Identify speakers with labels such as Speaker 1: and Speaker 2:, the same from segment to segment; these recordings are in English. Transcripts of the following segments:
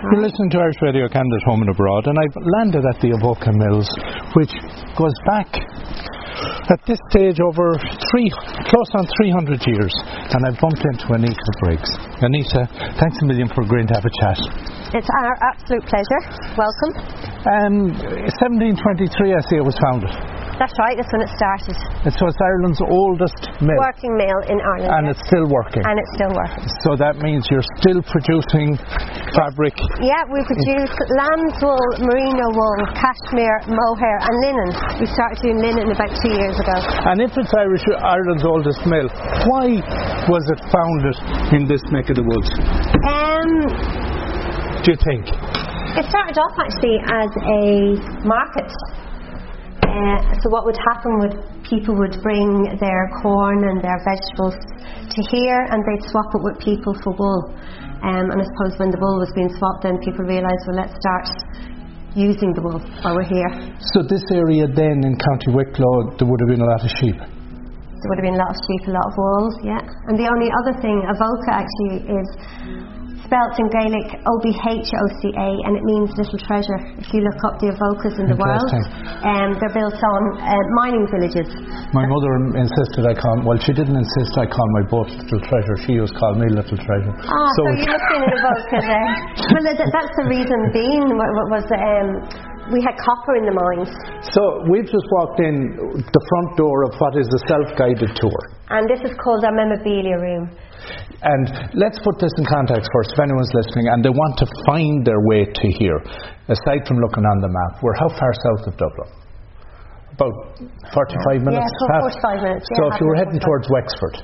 Speaker 1: You're listening to Irish Radio Canada's Home and Abroad, and I've landed at the Avoca Mills, which goes back at this stage over three, close on 300 years. And I've bumped into Anita Briggs. Anita, thanks a million for agreeing to have a chat.
Speaker 2: It's our absolute pleasure. Welcome.
Speaker 1: Um, 1723, I see it was founded.
Speaker 2: That's right, that's when it started.
Speaker 1: And so it's Ireland's oldest mill,
Speaker 2: Working mail in Ireland.
Speaker 1: and
Speaker 2: yes.
Speaker 1: it's still working.
Speaker 2: and it's still working.
Speaker 1: so that means you're still producing fabric.
Speaker 2: Yeah, we produce lamb's wool, merino wool, cashmere, mohair, and linen. We started doing linen about two years ago.
Speaker 1: And if it's Irish, Ireland's oldest mill, why was it founded in this neck of the woods?
Speaker 2: Um,
Speaker 1: Do you think?
Speaker 2: It started off actually as a market. Uh, so what would happen would people would bring their corn and their vegetables to here, and they'd swap it with people for wool. Um, and I suppose when the wool was being swapped, then people realised, well, let's start using the wool while we're here. There
Speaker 1: So this area then in County Wicklow, there would have been a lot of sheep.
Speaker 2: would have been a lot of sheep, a lot of wool, yeah. And the only other thing, avoca actually is spelt in Gaelic O B H O C A, and it means little treasure. If you look up the avocas in the world,
Speaker 1: Interesting.
Speaker 2: um, they're built on uh, mining villages.
Speaker 1: My mother im- insisted I call, well, she didn't insist I call my boat Little Treasure. She used to call me Little Treasure.
Speaker 2: Ah, so, you must be an evoker there. Well, th- th- that's the reason being wa- wa- was um, we had copper in the mines,
Speaker 1: so we've just walked in the front door of what is the self-guided tour.
Speaker 2: and this is called our memorabilia room.
Speaker 1: And let's put this in context first, if anyone's listening and they want to find their way to here, aside from looking on the map, we're how far south of Dublin? About 45 minutes?
Speaker 2: so 45 minutes,
Speaker 1: So
Speaker 2: yeah,
Speaker 1: if you were
Speaker 2: half
Speaker 1: heading
Speaker 2: an hour,
Speaker 1: towards Wexford,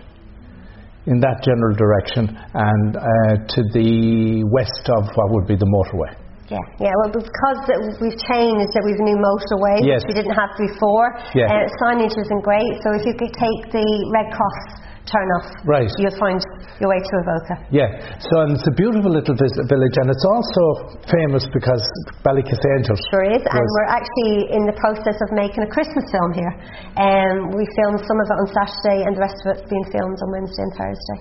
Speaker 1: in that general direction, and uh, to the west of what would be the motorway.
Speaker 2: Yeah, yeah. Well, because that we've changed, that we've a new motorway,
Speaker 1: Yes.
Speaker 2: which we didn't have before.
Speaker 1: Yeah.
Speaker 2: Uh, signage isn't great, so if you could take the Red Cross turn off,
Speaker 1: Right.
Speaker 2: you'll find your way to Evoca.
Speaker 1: Yeah, so and it's a beautiful little vis- village, and it's also famous because Ballycase Angels.
Speaker 2: Sure is, and
Speaker 1: was-
Speaker 2: we're actually in the process of making a Christmas film here. Um, we filmed some of it on Saturday, and the rest of it's being filmed on Wednesday and Thursday.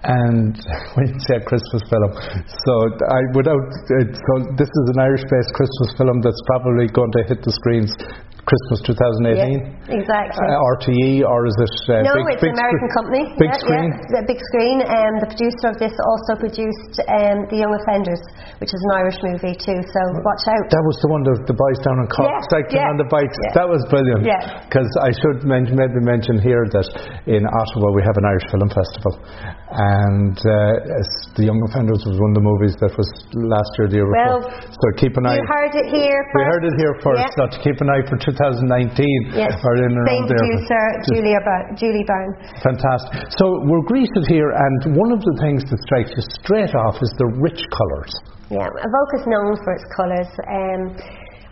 Speaker 1: and when you say Christmas film, so I without uh, so this is an Irish-based Christmas film that's probably going to hit the screens Christmas 2018.
Speaker 2: exactly.
Speaker 1: Uh, RTE or is it uh,
Speaker 2: no,
Speaker 1: big,
Speaker 2: it's
Speaker 1: big
Speaker 2: an American
Speaker 1: screen-
Speaker 2: company.
Speaker 1: Big
Speaker 2: yeah,
Speaker 1: screen.
Speaker 2: Yeah, the big screen. Um, the producer of this also produced um, The Young Offenders, which is an Irish movie too. So watch out.
Speaker 1: That was the one that the boys down in Cork
Speaker 2: Yeah,
Speaker 1: cycling
Speaker 2: yeah,
Speaker 1: on the bikes.
Speaker 2: yeah.
Speaker 1: That was brilliant.
Speaker 2: Yeah.
Speaker 1: Because I should men- maybe mention here that in Ottawa we have an Irish Film Festival, and uh, as The Young Offenders was one of the movies that was last year, the year
Speaker 2: Well,
Speaker 1: before. So keep an eye.
Speaker 2: You heard it here. First.
Speaker 1: We heard it here first,
Speaker 2: Yeah.
Speaker 1: so to keep an eye for 2019
Speaker 2: Yes.
Speaker 1: or in and around
Speaker 2: Same
Speaker 1: there.
Speaker 2: producer,
Speaker 1: Just
Speaker 2: Julia Byrne, Julie Byrne.
Speaker 1: Fantastic. So we're greeted here, and one of the things that strikes you straight off is the rich colours.
Speaker 2: Yeah, Avoca's known for its colours. Um,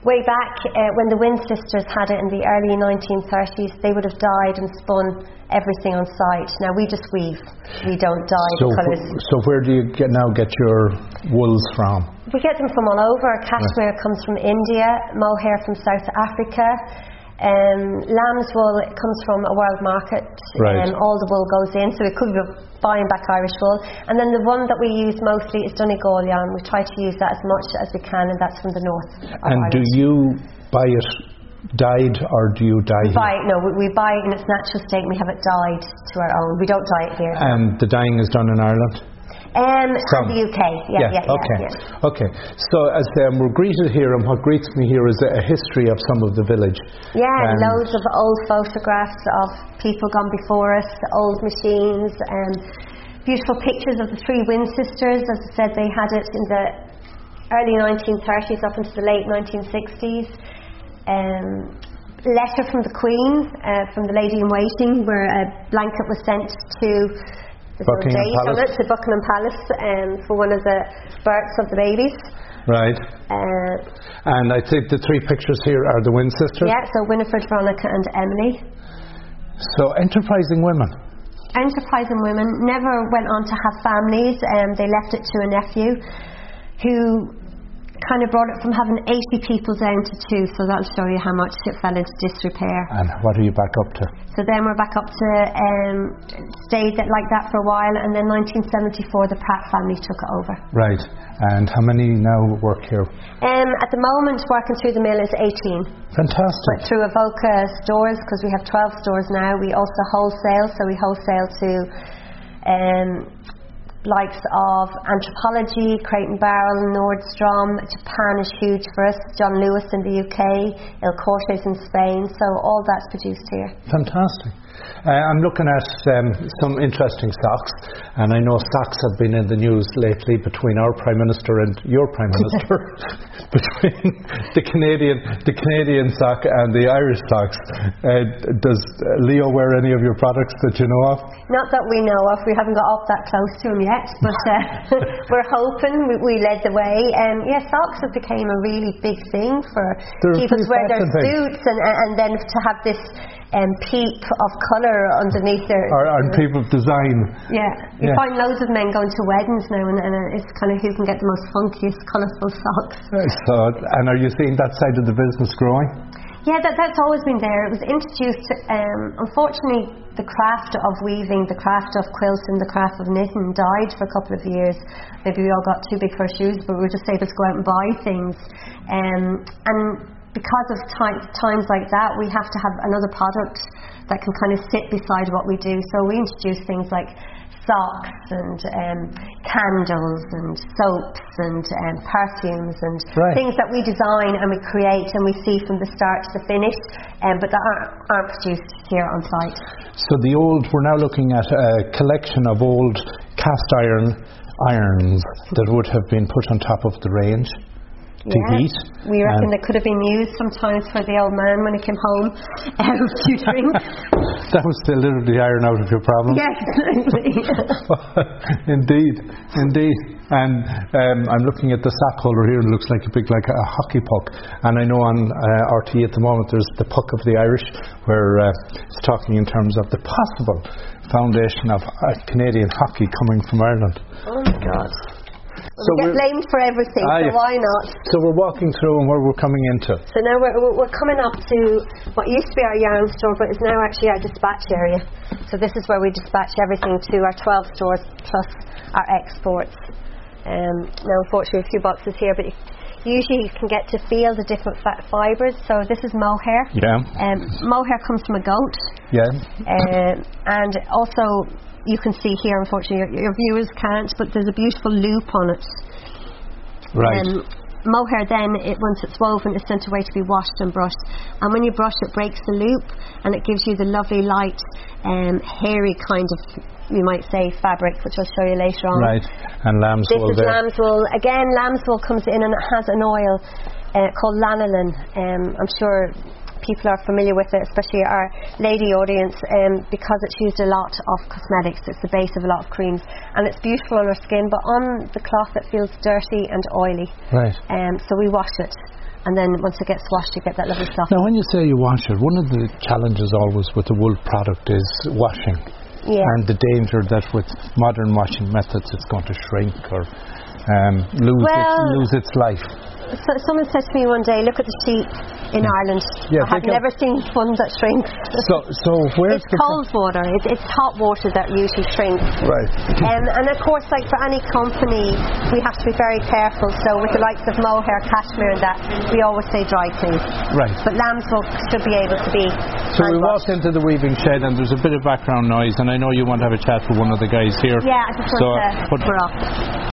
Speaker 2: way back uh, when the Wynne sisters had it in the early 1930s, they would have dyed and spun everything on site. Now we just weave, we don't dye
Speaker 1: So,
Speaker 2: the
Speaker 1: wh-
Speaker 2: colours.
Speaker 1: so where do you get now get your wools from?
Speaker 2: We get them from all over. Cashmere comes from India, mohair from South Africa. Um, lamb's wool it comes from a world market.
Speaker 1: Right.
Speaker 2: Um, all the wool goes in, so it could be buying back Irish wool. And then the one that we use mostly is Donegal yarn. We try to use that as much as we can, and that's from the north. Of
Speaker 1: And
Speaker 2: Ireland.
Speaker 1: do you buy it dyed or do you dye
Speaker 2: buy
Speaker 1: it?
Speaker 2: it? No, we, we buy it in its natural state. and We have it dyed to our own. We don't dye it here.
Speaker 1: And the dyeing is done in Ireland?
Speaker 2: Um,
Speaker 1: Some.
Speaker 2: the UK. Yeah, yeah, yeah.
Speaker 1: okay.
Speaker 2: yeah.
Speaker 1: Okay. So as um, we're greeted here, and what greets me here is a, a history of some of the village.
Speaker 2: Yeah,
Speaker 1: And-
Speaker 2: loads of old photographs of people gone before us, old machines, and beautiful pictures of the three Wynn sisters. As I said, they had it in the early 1930s up into the late 1960s. Um, letter from the Queen, uh, from the Lady in Waiting, where a blanket was sent to there's no
Speaker 1: Buckingham
Speaker 2: date on
Speaker 1: Palace.
Speaker 2: it, to Buckingham Palace um, for one of the births of the babies.
Speaker 1: Right.
Speaker 2: Uh,
Speaker 1: And I think the three pictures here are the Wynn sisters.
Speaker 2: yeah, so Winifred, Veronica, and Emily.
Speaker 1: So enterprising women.
Speaker 2: enterprising women Um, never went on to have families and they left it to a nephew who kind of brought it from having 80 people down to two, so that'll show you how much it fell into disrepair.
Speaker 1: And what are you back up to?
Speaker 2: So then we're back up to, um, stayed that, like that for a while, and then 1974 the Pratt family took it over.
Speaker 1: Right. And how many now work here?
Speaker 2: Um, at the moment, working through the mill is 18.
Speaker 1: Fantastic.
Speaker 2: But through Evoca stores, because we have 12 stores now, we also wholesale, so we wholesale to um, likes of Anthropology, Crate and Barrel, Nordstrom. Japan is huge for us, John Lewis in the UK, Il Corte is in Spain, so all that's produced here.
Speaker 1: Fantastic. Uh, I'm looking at um, some interesting stocks, and I know stocks have been in the news lately between our prime minister and your prime minister, between the Canadian the Canadian stock and the Irish stocks. Uh, does Leo wear any of your products that you know of?
Speaker 2: Not that we know of, we haven't got up that close to him yet, but uh, we're hoping we, we led the way. And um, yeah, socks have became a really big thing for
Speaker 1: There's
Speaker 2: people to wear
Speaker 1: big
Speaker 2: their
Speaker 1: socks and things.
Speaker 2: suits and, and and then to have this um, peep of colour underneath their.
Speaker 1: Or, or people design?
Speaker 2: Yeah, you
Speaker 1: Yeah.
Speaker 2: find loads of men going to weddings now, and, and uh, it's kind of who can get the most funkiest, colourful socks.
Speaker 1: So, and are you seeing that side of the business growing?
Speaker 2: Yeah, that, that's always been there. It was introduced, um, unfortunately, the craft of weaving, the craft of quilting, the craft of knitting died for a couple of years. Maybe we all got too big for our shoes, but we were just able to go out and buy things. Um, and because of ti- times like that, we have to have another product that can kind of sit beside what we do. So we introduce things like socks and um, candles and soaps and um, perfumes and
Speaker 1: Right.
Speaker 2: things that we design and we create and we see from the start to the finish, um, but that aren't, aren't produced here on site.
Speaker 1: So the old, we're now looking at a collection of old cast iron irons that would have been put on top of the range to
Speaker 2: Yeah.
Speaker 1: heat.
Speaker 2: We reckon
Speaker 1: And
Speaker 2: they could have been used sometimes for the old man when he came home um, tutoring.
Speaker 1: that was the little the iron out of your problem.
Speaker 2: yeah, exactly.
Speaker 1: indeed, indeed. And um, I'm looking at the sock holder here, and it looks like a big, like a hockey puck. And I know on uh, RT at the moment there's the puck of the Irish, where uh, it's talking in terms of the possible foundation of uh, Canadian hockey coming from Ireland.
Speaker 2: oh my god.
Speaker 1: So
Speaker 2: we
Speaker 1: we're-
Speaker 2: get blamed for everything,
Speaker 1: Ah,
Speaker 2: so
Speaker 1: yeah.
Speaker 2: why not?
Speaker 1: So we're walking through and where we're coming into.
Speaker 2: So now we're, we're- we're coming up to what used to be our yarn store, but is now actually our dispatch area. So this is where we dispatch everything to our 12 stores plus our exports. Um, now, unfortunately, a few boxes here, but usually you can get to feel the different fat fibres. So this is mohair.
Speaker 1: Yeah.
Speaker 2: Um, mohair comes from a goat,
Speaker 1: Yeah.
Speaker 2: um, and also you can see here, unfortunately, your, your viewers can't, but there's a beautiful loop on it.
Speaker 1: Right.
Speaker 2: Um, mohair then, it, once it's woven, is sent away to be washed and brushed. And when you brush, it breaks the loop and it gives you the lovely light, um, hairy kind of, you might say, fabric, which I'll show you later on.
Speaker 1: right. And lamb's
Speaker 2: This
Speaker 1: wool
Speaker 2: is
Speaker 1: there.
Speaker 2: lamb's wool. Again, lamb's wool comes in and it has an oil uh, called lanolin. Um, I'm sure people are familiar with it, especially our lady audience, um, because it's used a lot of cosmetics. It's the base of a lot of creams, and it's beautiful on our skin. But on the cloth, it feels dirty and oily.
Speaker 1: Right.
Speaker 2: Um, so we wash it, and then once it gets washed, you get that lovely soft.
Speaker 1: Now, when you say you wash it, one of the challenges always with the wool product is washing.
Speaker 2: Yeah.
Speaker 1: And the danger that with modern washing methods it's going to shrink or um, lose,
Speaker 2: Well-
Speaker 1: its, lose its life.
Speaker 2: So, someone said to me one day, "Look at the sheep in Ireland.
Speaker 1: Hmm. Yeah,
Speaker 2: I have
Speaker 1: they go-
Speaker 2: never seen one that shrinks.
Speaker 1: So, so where's
Speaker 2: It's
Speaker 1: the.
Speaker 2: cold water. It's, it's hot water that usually shrinks."
Speaker 1: Right.
Speaker 2: Um, and of course, like for any company, we have to be very careful. So with the likes of mohair, cashmere, and that, we always say dry clean.
Speaker 1: Right.
Speaker 2: But lamb's wool should be able to be.
Speaker 1: So we
Speaker 2: hand
Speaker 1: walked
Speaker 2: washed.
Speaker 1: into the weaving shed and there's a bit of background noise and I know you want to have a chat with one of the guys here.
Speaker 2: Yeah, I just
Speaker 1: so uh,
Speaker 2: want to
Speaker 1: but
Speaker 2: cover off.